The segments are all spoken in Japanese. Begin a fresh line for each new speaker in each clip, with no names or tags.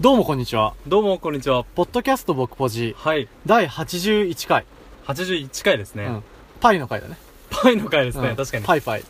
どうもこんにちは。
どうも、こんにちは。
ポッドキャスト僕ポジ
はい。
第81回。
81回ですね。
うん。パイの回だね。
パイの回ですね。
うん
確かに。
パイパイ。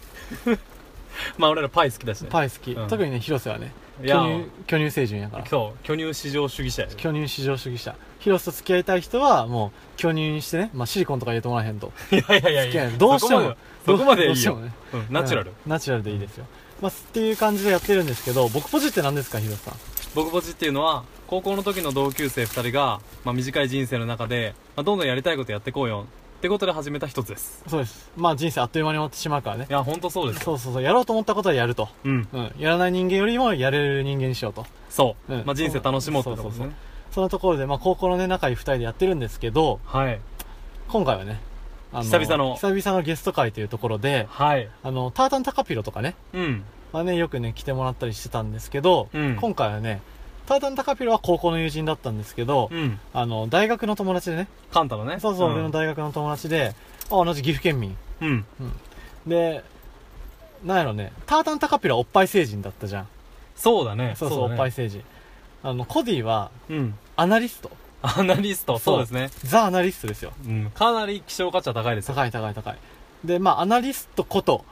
まあ、俺らパイ好きだしね。
パイ好き。
うん
特にね、広瀬はね、
いや、
巨乳、巨乳成人やから。
そう、巨乳至上主義者やね
巨乳至上主義者。広瀬と付き合いたい人は、もう、巨乳にしてね、まあ、シリコンとか入れてもらえへんと。
いやいやいや
付
い
き合え
や
ない。どうしても。ど
そこまでそうこまでいい
しても
よ。
ね。
うん、 ナチュラル
うん。ナチュラルでいいですよ。まあ、っていう感じでやってるんですけど、僕ポジって何ですか、広瀬さん。
僕ポチっていうのは、高校の時の同級生二人が、まあ、短い人生の中で、まあ、どんどんやりたいことやってこうよ。ってことで始めた一つです。
そうです。まあ、人生あっという間に終わってしまうからね
い。や、ほんとそうです。
そうそうそう。やろうと思ったことはやると。
うん。
うん。やらない人間よりも、やれる人間にしようと。
そう。
うん
まあ、人生楽しもうってことです
そうそう
ね。
そのところで、まあ、高校のね、仲いい二人でやってるんですけど、
はい。
今回はね、あ
久々の
久々のゲスト会というところで、
はい。
あの、タータンタカピロとかね、
うん。
まあね、よくね、来てもらったりしてたんですけど、
うん
今回はね、タータンタカピロは高校の友人だったんですけど、
うん。
あの、大学の友達でね、
カンタのね。
そうそう、
ん
俺の大学の友達で、あ、同じ岐阜県民。
うん。
で、なんやろね、タータンタカピロはおっぱい星人だったじゃん。
そうだね。
そうそう、
だね
おっぱい星人。あの、コディは、
うん。
アナリスト。
アナリスト、そうですね。
ザ・アナリストですよ。
うん、かなり希少価値は高いですよ。
高い高い高い。で、まあ、アナリストこと、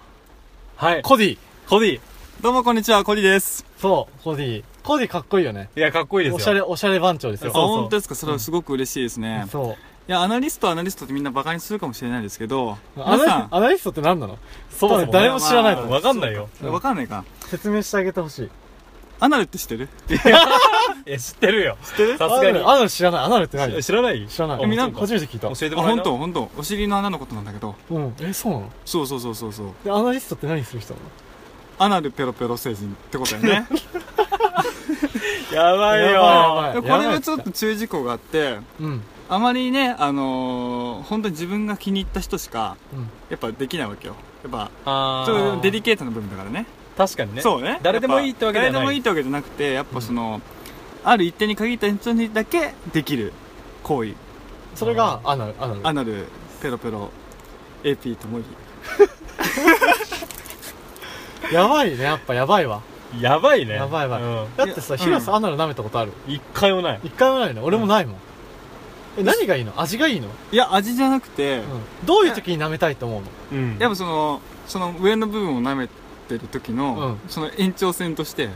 はい。
コディ。
コディ。
どうもこんにちは、コリです。
そう、コディ。コディかっこいいよね。
いや、かっこいいですよ。
おしゃれ、おしゃれ番長ですよ。
あ、
そう
本当ですかそれはすごく嬉しいですね。い
そう。
や、アナリスト、アナリストってみんなバカにするかもしれないですけど、
ア
皆さ
ナ
ん、
アナリストって何なの
そもそも
誰も知らないと
ま
思
あ
う。
わかんないよ。
うん
わかんないか。
説明してあげてほしい。
アナルって知ってる
いや、知ってるよ。
知ってる
さすが
アナルアナル知らない。アナルって何
に。知らない
知らない。
あ
みんな
本当
初めて聞いた。
教えて
あ、
もらえ
本
ない
当本当お尻の穴のことなんだけど。
うん。え、そうなの
そうそうそうそうそう。
で、アナリストって何する人な
アナルペロペロ星人ってことだよね。
やばいよ。
やばいやばい
でこれはちょっと注意事項があって、
のうん。
あまりね、あのー、本当に自分が気に入った人しか、
うん。
やっぱできないわけよ。やっぱ、
あ
ち
ー
ょっとデリケートな部分だからね。
確かにね。
そうね
誰でもいいってわけじゃない
誰でもいいってわけじゃなくてやっぱその、ある一定に限った人にだけできる行為
それが、アナル、アナル。
アナルペロペロ AP ともぎ
やばいね、やっぱやばいわ。
やばいね。
やばいやばい
うん
だってさ、
いや
広瀬
うん
アナル舐めたことある
一回もない。
一回もないの俺もないもん。え、何がいいの味がいいの
いや味じゃなくて、
うん。どういう時に舐めたいと思うの
うん
やっぱそのその上の部分を舐めてる時の、
う
その延長線として
うん。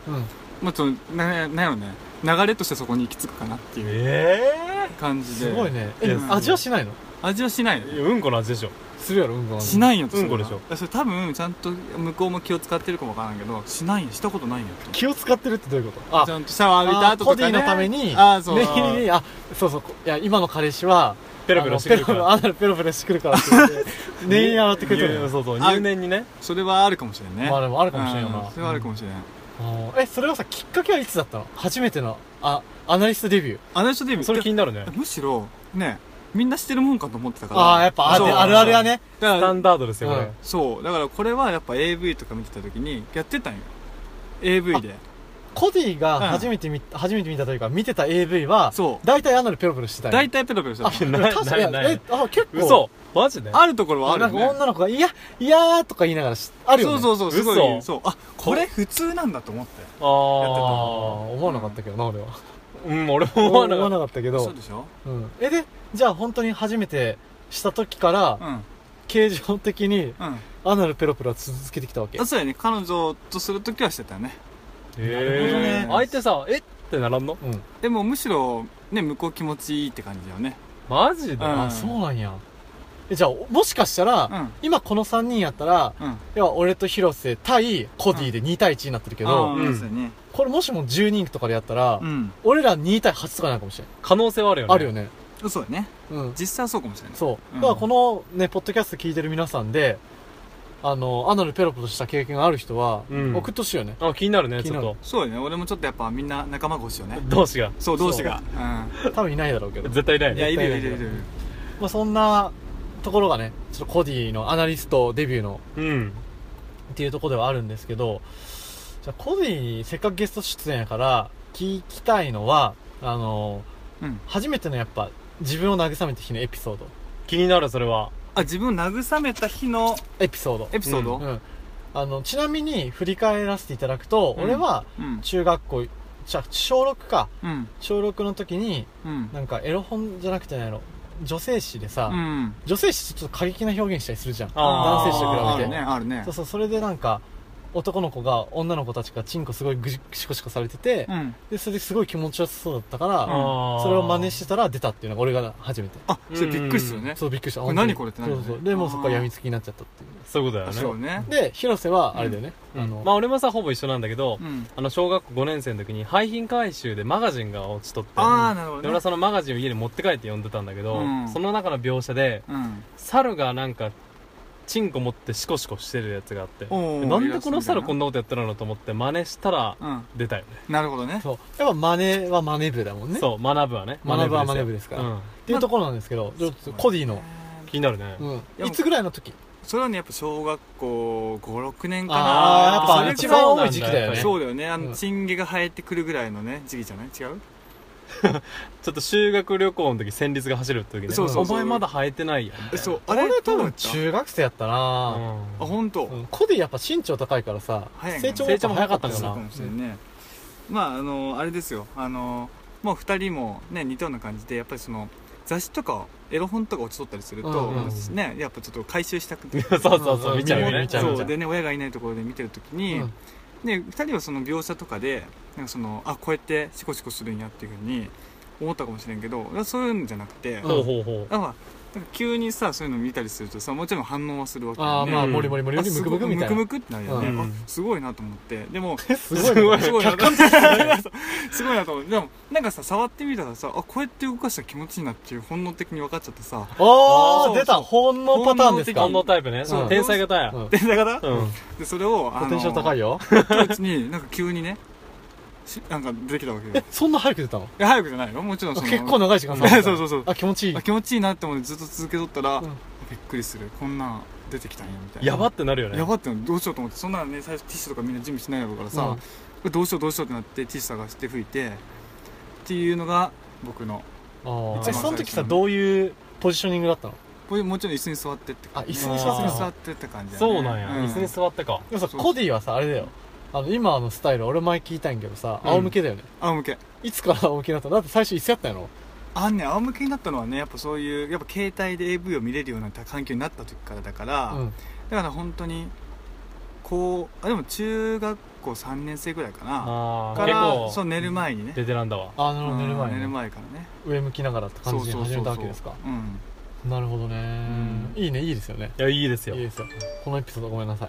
まあそのななんやろね流れとしてそこに行き着くかなっていう
え
感じです
ごいね。
い
え
や、
味はしないの
味はしない
え
の
ー。いやうんこの味でしょ。
するやろ、うんこ。
しないいよ
うんこでしょ
ょそれ多分ちゃんと向こうも気を使ってるかもわからんけどしないよしたことないよって
気を使ってるってどういうことあ
ち、ゃんとシャワー浴びた
あ
後
コ
と
デ
か、
ィ
ね、
のために、
あーそう
念入りに、あ、そうそう、こいや、今の彼氏は、
ペロペロしてくるか
あの
ら。
ペロペロ、あペロペロしてくるからって言って、念入りに洗ってくれてる
入
の。
そうそう。
あ
入念にね。
それはあるかもしれんね
まあでもあるかもしれんよな
うそれはあるかもしれん、
あーえ、それはさ、きっかけはいつだったの初めての、あ、アナリストデビュー。
あの人で
それ気になるね。
むしろねみんな知ってるもんかと思ってたから
ああ、やっぱ、あ
そう
であるあるやね。
だ
ス
か
タ
ら
ンダードですよ、こ
う
れ
ん。
そうだからこれはやっぱ AV とか見てた時にやってたんよ AV で
コディが
うん
初めて見、初めて見たというか、見てた AV は、
そう
大体アナルペロペロしてたよ
大
ね。
体ペロペロして
あ、
た
ないない
確かに、
ない
え、あ、結構。
嘘マジで
あるところはあ
あ
る
な
よ
んか
ね
女の子が、いや、いやーとか言いながらし、あるよね。。
そうそううそうすご
嘘
いそうあこれ普通なんだと思って
あ
あー
あ
思わなかったけどな、俺は。
うん、俺も思わなかった。
かったけ
そう
ど
で。しょ
うん。え、で、じゃあ本当に初めてした時から
う、んうん
形状的に
あ
アナルペロペロは続けてきたわけ。
そうやね彼女とする時はしてたね
へえ
なるほどね
相手さ、えってならんの
うん。
でもむしろね向こう気持ちいいって感じだよね
マジで、
うん
あ、そうなんや。えじゃあ、もしかしたら、
うん
今この3人やったら、
うん
要は俺と広瀬対コディで2対1になってるけど、
あ
う
ー
ん
そうやね
これもしも10人とかでやったら、
うん
俺ら2対8とかになるかもしれない。
可能性はあるよね。
あるよね。
そうだね
うん。
実際はそうかもしれない
そう。
うん
だからこのね、ポッドキャスト聞いてる皆さんで、あの、アナルペロペロした経験がある人は、
うん
送っとしいよね。
あ、気になるね、
気
ち
に
ょ
な
っ
る
と。
そうだね俺もちょっとやっぱみんな仲間越しよね
同士が。
そう同士が
多分いないだろうけ
う
ど
ん。絶対いな
う
い
んいや
ね。
いるよいるよいるよ
まあそんなところがね、ちょっとコディのアナリストデビューの
うん。
っていうところではあるんですけど、じゃあコディ、せっかくゲスト出演やから、聞きたいのは、あの、
うん
初めてのやっぱ、自分を慰めた日のエピソード。
気になる、それは。
あ自分を慰めた日の
エピソード。
エピソード
うん。あの、ちなみに振り返らせていただくと、
うん
俺は
うん
中学校じゃあ小6か
うん
小6の時に
うん
なんかエロ本じゃなくてなんやろ女性誌でさ、
うん
女性誌ってちょっと過激な表現したりするじゃん
あー
男性誌と
あ
比べ
る
て、
ねあるね
そうそうそれでなんか男の子が女の子たちがチンコすごいぐじシコシコされてて、
うん
でそれですごい気持ちよさそうだったから、
うん
それを真似してたら出たっていうのが俺が初めて
あそれびっくりするね
そうびっくりした
これ何これってなる
そ
よ
う
ね
そうでもうそこから病みつきになっちゃったっていう
そういうことだよ
あ
ね
そうね
で広瀬はあれだよね、
うん
あの、
まあ俺もさほぼ一緒なんだけど、
うん
あの小学校5年生の時に廃品回収でマガジンが落ちとって
ああなるほ
で俺
どね
はそのマガジンを家に持って帰って読んでたんだけど、
うん
その中の描写で
うん
猿がなんかチンコ持ってシコシコしてるやつがあって
おー
なんでこの猿こんなことやってるのと思って真似したら
うん
出たよね、
なるほどね
そうやっぱ真似は真似部だもんね
そう学ぶはね
学ぶは
ですよ
学ぶですから
うん
っていうところなんですけど、ちょっとコディの、
気になるね、
うん、いつぐらいの時
それはねやっぱ小学校56年かな
ああーやっぱ
そ
一
れぐらい
番多い時期だよね
そうだよねあの
うん
チンゲが生えてくるぐらいのね時期じゃない違う
ちょっと修学旅行の時戦慄が走るって時ね
そうそうそ
お
う
前まだ生えてないやん
えそう
あ
あ
れ
れ
多
どうだ
分
った
中学生やった
うん
な、
あ本当
うんコディやっぱ身長高いからさ
早いね
成長もやっぱ早かったんだ
そう
な
かもしれんね、まああのあれですよあのもう2人もね似たような感じでやっぱりその雑誌とかエロ本とか落ちとったりすると、
うん
うん
ねやっぱちょっと回収した くて
そうそうそう、
うん
見ちゃうよ
見
ね
ちゃう見ちゃ
そうでね親がいないところで見てる時に、
うん
ね2人はその描写とかでなんかそのあこうやってシコシコするんやっていうふうに思ったかもしれんけど俺はそういうんじゃなくて、
うん
ほうほうほ
あまあなんか急にさそういうの見たりするとさもちろん反応はするわけだ
あ
よ
あ
ね
まあ
うん
モリモリモリよりムクムクみたい
あすごい
な
ムクムクってなるよね、
うん
あすごいなと思ってでも
すごい
すごいなと思 ってすごいなと思ってでもなんかさ触ってみたらさあこうやって動かしたら気持ちいいなっていう本能的に分かっちゃってさ
あ
あ
あ
ー
出た本能パターンです
う
か
反応タイプね
そう
天才型や
うん
でだから
うん、
でそれを
ポテンシャル高い
よ
よ
うちになんか急にねしなんか出てきたわけよ
えそんな早く出たの
いや早くじゃないよもちろんその
結構長い時間
そうそうそう
あ気持ちいい
あ気持ちいいなって思ってずっと続けとったら、
うん
びっくりするこんなん出てきたんやみたいな
やばってなるよね
やばってのどうしようと思ってそんなのね最初ティッシュとかみんな準備しないやろうからさ、
うん
これどうしようどうしようってなってティッシュ探して拭いてっていうのが僕の
あー
一
え
番
その時さ
最初の
どういうポジショニングだったの
これもちろん椅子に座ってって
あ椅子
に座って
椅子に座ってって感じだね
そうなんや、椅子に座ってか
でもさ
そう
コディはさあれだよあの今のスタイル俺前聞いたんやけどさ
うん
仰向けだよね
仰向け
いつから仰向けだったのだって最初椅子やったやろ
あんね仰向けになったのはねやっぱそういうやっぱ携帯で AV を見れるような環境になった時からだから、
うん
だから本当にこうあでも中学校3年生ぐらいかな
あ
か
あ結
らそ
構
う寝る前にね
ベテランだわ
あなるほ
う
ど
ん
寝る前に
寝
ね
る前からね
上向きながらって感じで
そうそう
始
そうそう
めたわけですか
うん
なるほどね
ん
いいねいいですよね
いやいいです
い
よ
いですよこのエピソードごめんなさい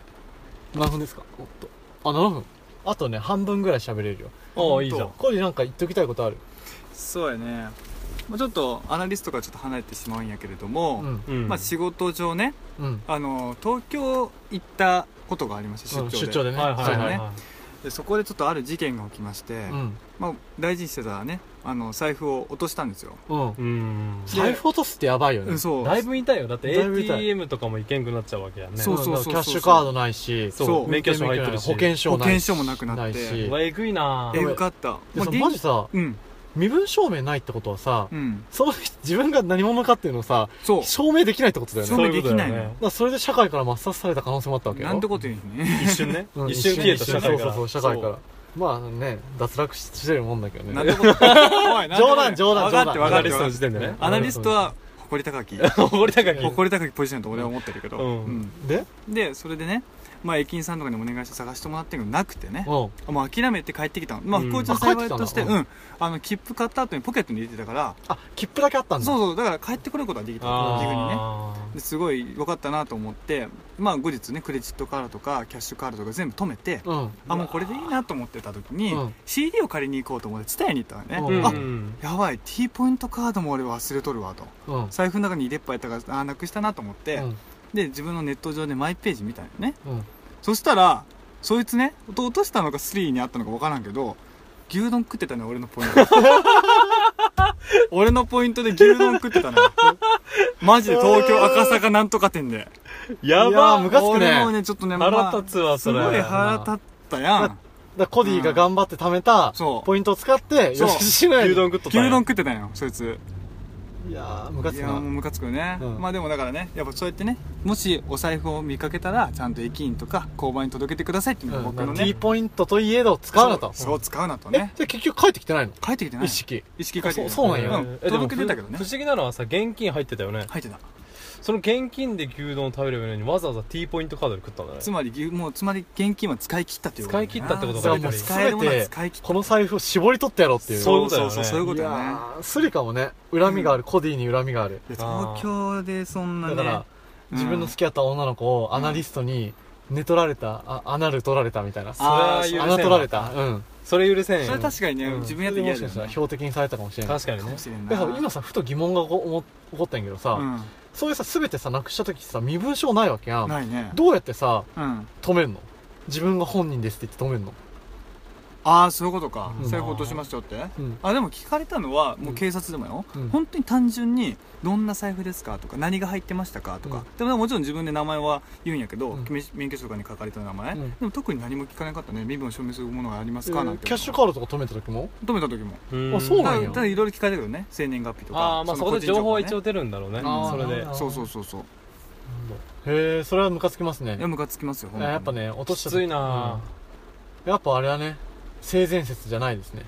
何分ですかおっとあ7分あとね半分ぐらい喋れるよ
おーいいじゃん
本
コディなんか言っときたいことある
そうやね、まあ、ちょっとアナリストからちょっと離れてしまうんやけれども、
うん
うん
まあ、仕事上ね
うん
あの東京行ったことがありまして出張で,、
出張でね
はいはいはい、
そう
は
でそこでちょっとある事件が起きまして、
うん
まあ、大事にしてたねあの財布を落としたんですよ、
うん
い、うん
で
財布落とすってやばいよ
う
ね
ん、そう
だいぶ痛いよだって
だいぶ痛い
ATM とかも行けんくなっちゃうわけやね
そうそうそうそうん
だからキャッシュカードないし
そう
そう
免許証入ってるし
保険証ない
保険証もなくなって
いし
うわえぐいな
え
やばい
よかった
で
まあ
さ
現
マジさ
うん
身分証明ないってことはさ、
うん
その人自分が何者かっていうのをさ
そう
証明できないってことだよね
証
だか
明できないの
そういうことだよ
よ
ね
らそれで社会から抹殺された可能性もあったわけよ
なんてこと言う ね
一瞬 ね、
うん
一瞬消えた
一
社会か
そ
ら
うそうそう社会からまあね脱落してるもんだけど
なん
ね
てこと おいなんてこと
冗談冗談
分かって
冗談
ア
分か
ナ
って
リストの時
分かって
点でね
あ
アナリストは誇り高き
誇り高き
誇り高きポジションと俺は思ってるけど、
うん
うん
で
でそれでね、まあ、駅員さんとかにお願いして探してもらってんけどなくてね
うん
もう諦めて帰ってきたの、まあ、
うん
不幸中の幸いとして、
あ
う
帰ってきたん
ん
だ
あの切符買った後にポケットに入れてたから、
あ切符だけあったんだ
そうそうだから帰ってくることはできた
あ
自
ー
分にねですごい良かったなと思って、まあ、後日ねクレジットカードとかキャッシュカードとか全部止めて、
うん
あもうこれでいいなと思ってた時に、
うん
CD を借りに行こうと思って伝えに行ったのね、
うん
あ
うん
やばい T ポイントカードも俺忘れとるわ
う
と
ん
財布の中に入れっぱいやったからあーなくしたなと思って、
うん
で自分のネット上でマイページ見たのね、
うん
そしたら、そいつね、落としたのかスリーにあったのか分からんけど、牛丼食ってたね、俺のポイント。俺のポイントで牛丼食ってたね。マジで東京赤坂なんとか店で。
や
いやー
ば
ムカつくね
俺もね、ちょっとね、
腹
まあ
立つわ
す
そ
ご
れ
い腹立ったやん。
だからコディが頑張って貯めた
そう
ポイントを使って
そう
吉しのや
牛
に
丼食っとった
牛
んや
丼食ってたよ、そいつ。
いやームカ
い
つく
やもう
な
ムカつくよね、
うん
まあでもだからねやっぱそうやってねもしお財布を見かけたらちゃんと駅員とか交番に届けてくださいっていうのが
うん
僕
ま
の
あ
ね、
T ポイントといえど使うなと
そうそう使うなと
え
ね
じゃあ結局帰ってきてないの
帰ってきてない
意識
意識帰ってきて
そうそうなんや
えでも
届けてたけどね
不不思議なのはさ現金入ってたよね
入ってた
その現金で牛丼を食べればいいのにわざわざ T ポイントカードで食ったんだね
つまり牛もうつまり現金は使い切ったっていうことだな
使い切ったってこと
じ
か
ゃあ
やっ
もう
ぱり
す
使え
べ
るものは
て
使い切った
この財布を絞り取ってやろうっていう
そういうことだよね
そうそういうことだよね
やースリかもね恨みがある、コディに恨みがある
いや東京でそんな
だか
ね
ら、
うん
自分の好きだった女の子をアナリストに寝取られた、あアナル取られたみたいな
それは
あー
許せん
穴
わ
取られたうん
それ許せんよ
それ確かにね、
うん
自分やって嫌
それでも
だ
しか
よ
したら
ね
標的にされたかもしれない
確かに
か
ね
もしれん
だから
な
今さふと疑問が起こ起こったんやけどさ、
うん
そういうさ全てさなくした時さ身分証ないわけやん
ないね
どうやってさ
うん
止めんの自分が本人ですって言って止めんの
ああそういうことか
うん
財布落としましたよって
うん
あでも聞かれたのはもう警察でもよ、
うん
本当に単純にどんな財布ですかとか何が入ってましたかとか、でももちろん自分で名前は言うんやけど、
うん
免免許証とかに書かれた名前、
うん
でも特に何も聞かなかったね身分を証明するものがありま
え
すか、なん
ー
て
キャッシュカードとか止めた時も
止めた時も
うん
あそう
た
なん
だ
や
ただいろいろ聞かれたけどね生年月日とか
ああまあそこで情報は一
応
応出るんだろうね
あー
それで
なるほ
そうそうそうそう
へえそれはムカつきますね
いやムカつきますよ
あやっぱ
ね
ね落とした
き
時
ついな
やっぱあれはね性善説じゃないですね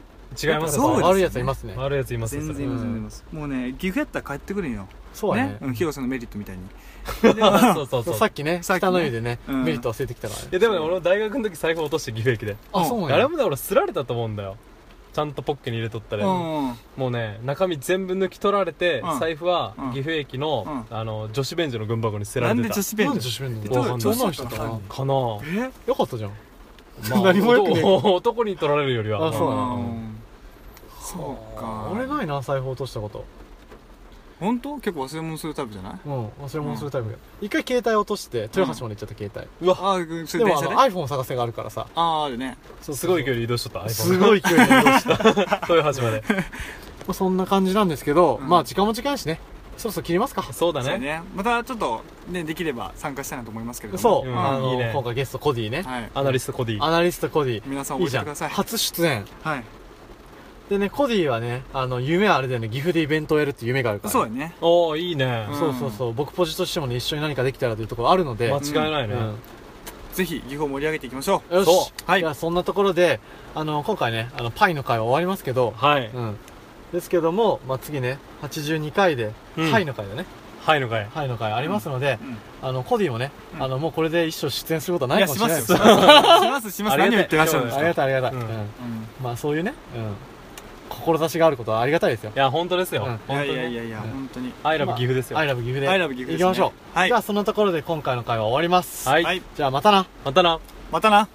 違います
そうですね
悪いやつはいますね
悪いやついますね
全
そ
然
れ
いま
うん
す全然いますもうね岐阜やったら帰ってくるんよ
そうやね
うん広瀬のメリットみたいに
そうそうそう
さっきね
さっきね
下の湯でね
うん
メリット忘れてきたからね
いやでもね俺も大学の時財布落として岐阜駅で
あそうなんや
あれもね俺すられたと思うんだよちゃんとポッケに入れとった
う
ら
んうん
もうね中身全部抜き取られて
うん
財布は
うん
岐阜駅のあの女子便所の群箱に捨てら
な
れ
ん
て
で
た
女子
な
弁
んで女
当
子弁
で
当
どう
ど
なんん
ど
で
うなんしてたの
かなぁ
え
よかったじゃん
まあ
何もよくねえ
男 男に取られるよりは
あそうなの
んそうか
俺ないな財布落としたこと
本当結構忘れ物するタイプじゃない
うん忘れ物するタイプや一回携帯落として豊橋まで行っちゃった携
うわあーそ
帯で
れ電
もあの
車であ
iPhone 探せがあるからさ
あーあるね
すごい距離移動しとった
す
iPhone
ごい勢いで移動して
豊橋まで
まあそんな感じなんですけど、
うん
まあ時間も時間やしねそろそろ切りますか
そうだ
そうや
ね
ねまたちょっとねできれば参加したいなと思いますけれども
そう、
うん
あの
いいね
今回ゲストコディね、
はい
アナリストコディ
アナリストコディ
皆さん
いい
覚
じ
えて
ゃ
く
ん
ださい
初出演
はい
でねコディはねあの夢はあれだよね岐阜でイベントをやるっていう夢があるから、
そうやね
おおいいね
うん
そうそうそう僕ポジとしてもね一緒に何かできたらというところあるので、
間違いないね
うん
ぜひ岐阜を盛り上げていきましょう
よし
そ
はい
じゃあそんなところであの今回ねあのパイの会は終わりますけど、
はい
うんですけども、まあ、次ね82回で、
うん
パイの会だね
はいのかい
パイの会ありますので、
うん
あのコディもね、
うん
あのもうこれで一生出演することはないい
や
かも
し
しれ
ま
ない
す
です
よしますします
ありがたい
何を言ってらっしゃるんです
あ
か
りがたいありがたい、
うん
うん
うん
まあそういうね、うん、志があることはありがたいですよ
いや本当ですよ
うん
本
い
当に
やいやい
ね
やいや
うん
本当に
アイラブ岐阜ですよ
アイラブ岐阜で
I love 岐阜
行
ですね
きましょう、
はい
じゃあそのところで今回の会は終わります、
はい
はい
じゃあまたな
またな
またな